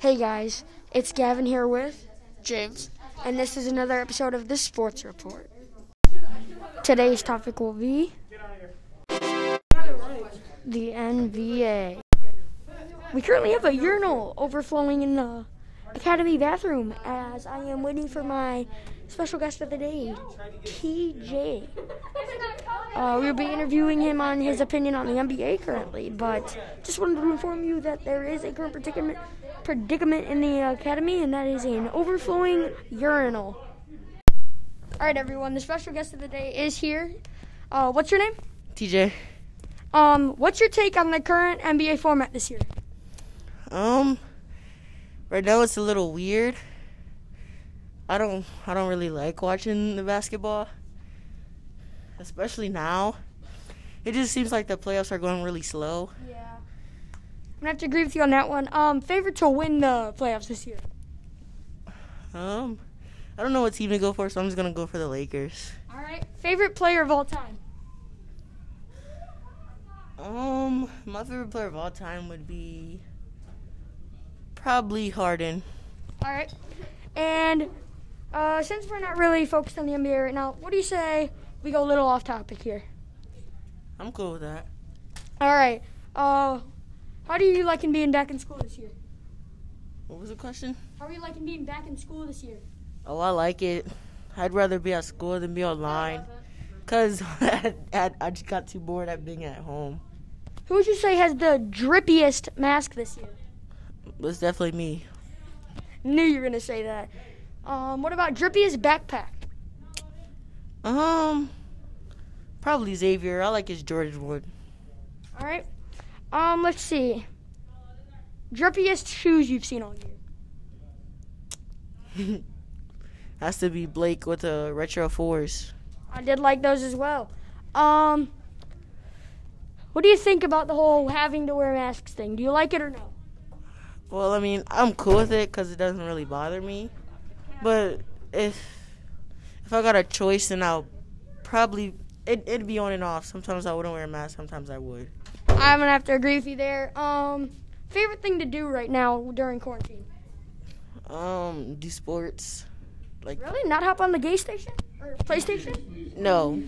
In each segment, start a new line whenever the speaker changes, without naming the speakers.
Hey guys, it's Gavin here with,
James.
and this is another episode of the Sports Report. Today's topic will be the NBA. We currently have a urinal overflowing in the academy bathroom as I am waiting for my special guest of the day, TJ. Uh, we'll be interviewing him on his opinion on the NBA currently, but just wanted to inform you that there is a current predicament, predicament in the academy, and that is an overflowing urinal. All right, everyone. The special guest of the day is here. Uh, what's your name?
TJ.
Um, what's your take on the current NBA format this year?
Um, right now it's a little weird. I don't, I don't really like watching the basketball, especially now. It just seems like the playoffs are going really slow.
Yeah, I'm gonna have to agree with you on that one. Um, favorite to win the playoffs this year?
Um, I don't know what team to go for, so I'm just gonna go for the Lakers.
All right. Favorite player of all time?
Um, my favorite player of all time would be probably Harden.
All right. And uh, since we're not really focused on the NBA right now, what do you say we go a little off topic here?
I'm cool with that.
All right. Uh, how do you liking being back in school this year?
What was the question?
How are you liking being back in school this year?
Oh, I like it. I'd rather be at school than be online. Cause I, I- I just got too bored at being at home.
Who would you say has the drippiest mask this year?
That's definitely me.
Knew you were gonna say that. Um, what about drippiest backpack?
Um, probably Xavier. I like his Jordan one.
All right. Um, let's see. Drippiest shoes you've seen all year.
Has to be Blake with the retro fours.
I did like those as well. Um, what do you think about the whole having to wear masks thing? Do you like it or no?
Well, I mean, I'm cool with it because it doesn't really bother me. But if if I got a choice, then I'll probably it, it'd be on and off. Sometimes I wouldn't wear a mask. Sometimes I would.
I'm gonna have to agree with you there. Um, favorite thing to do right now during quarantine?
Um, do sports. Like
Really? Not hop on the gay station or PlayStation?
no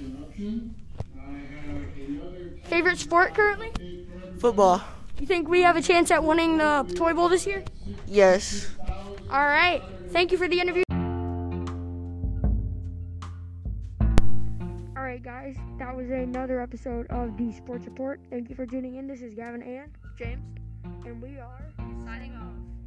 Favorite sport currently?
football.
You think we have a chance at winning the Toy Bowl this year?
Yes.
All right. Thank you for the interview. All right, guys. That was another episode of the Sports Report. Thank you for tuning in. This is Gavin and James, and we are
Signing off.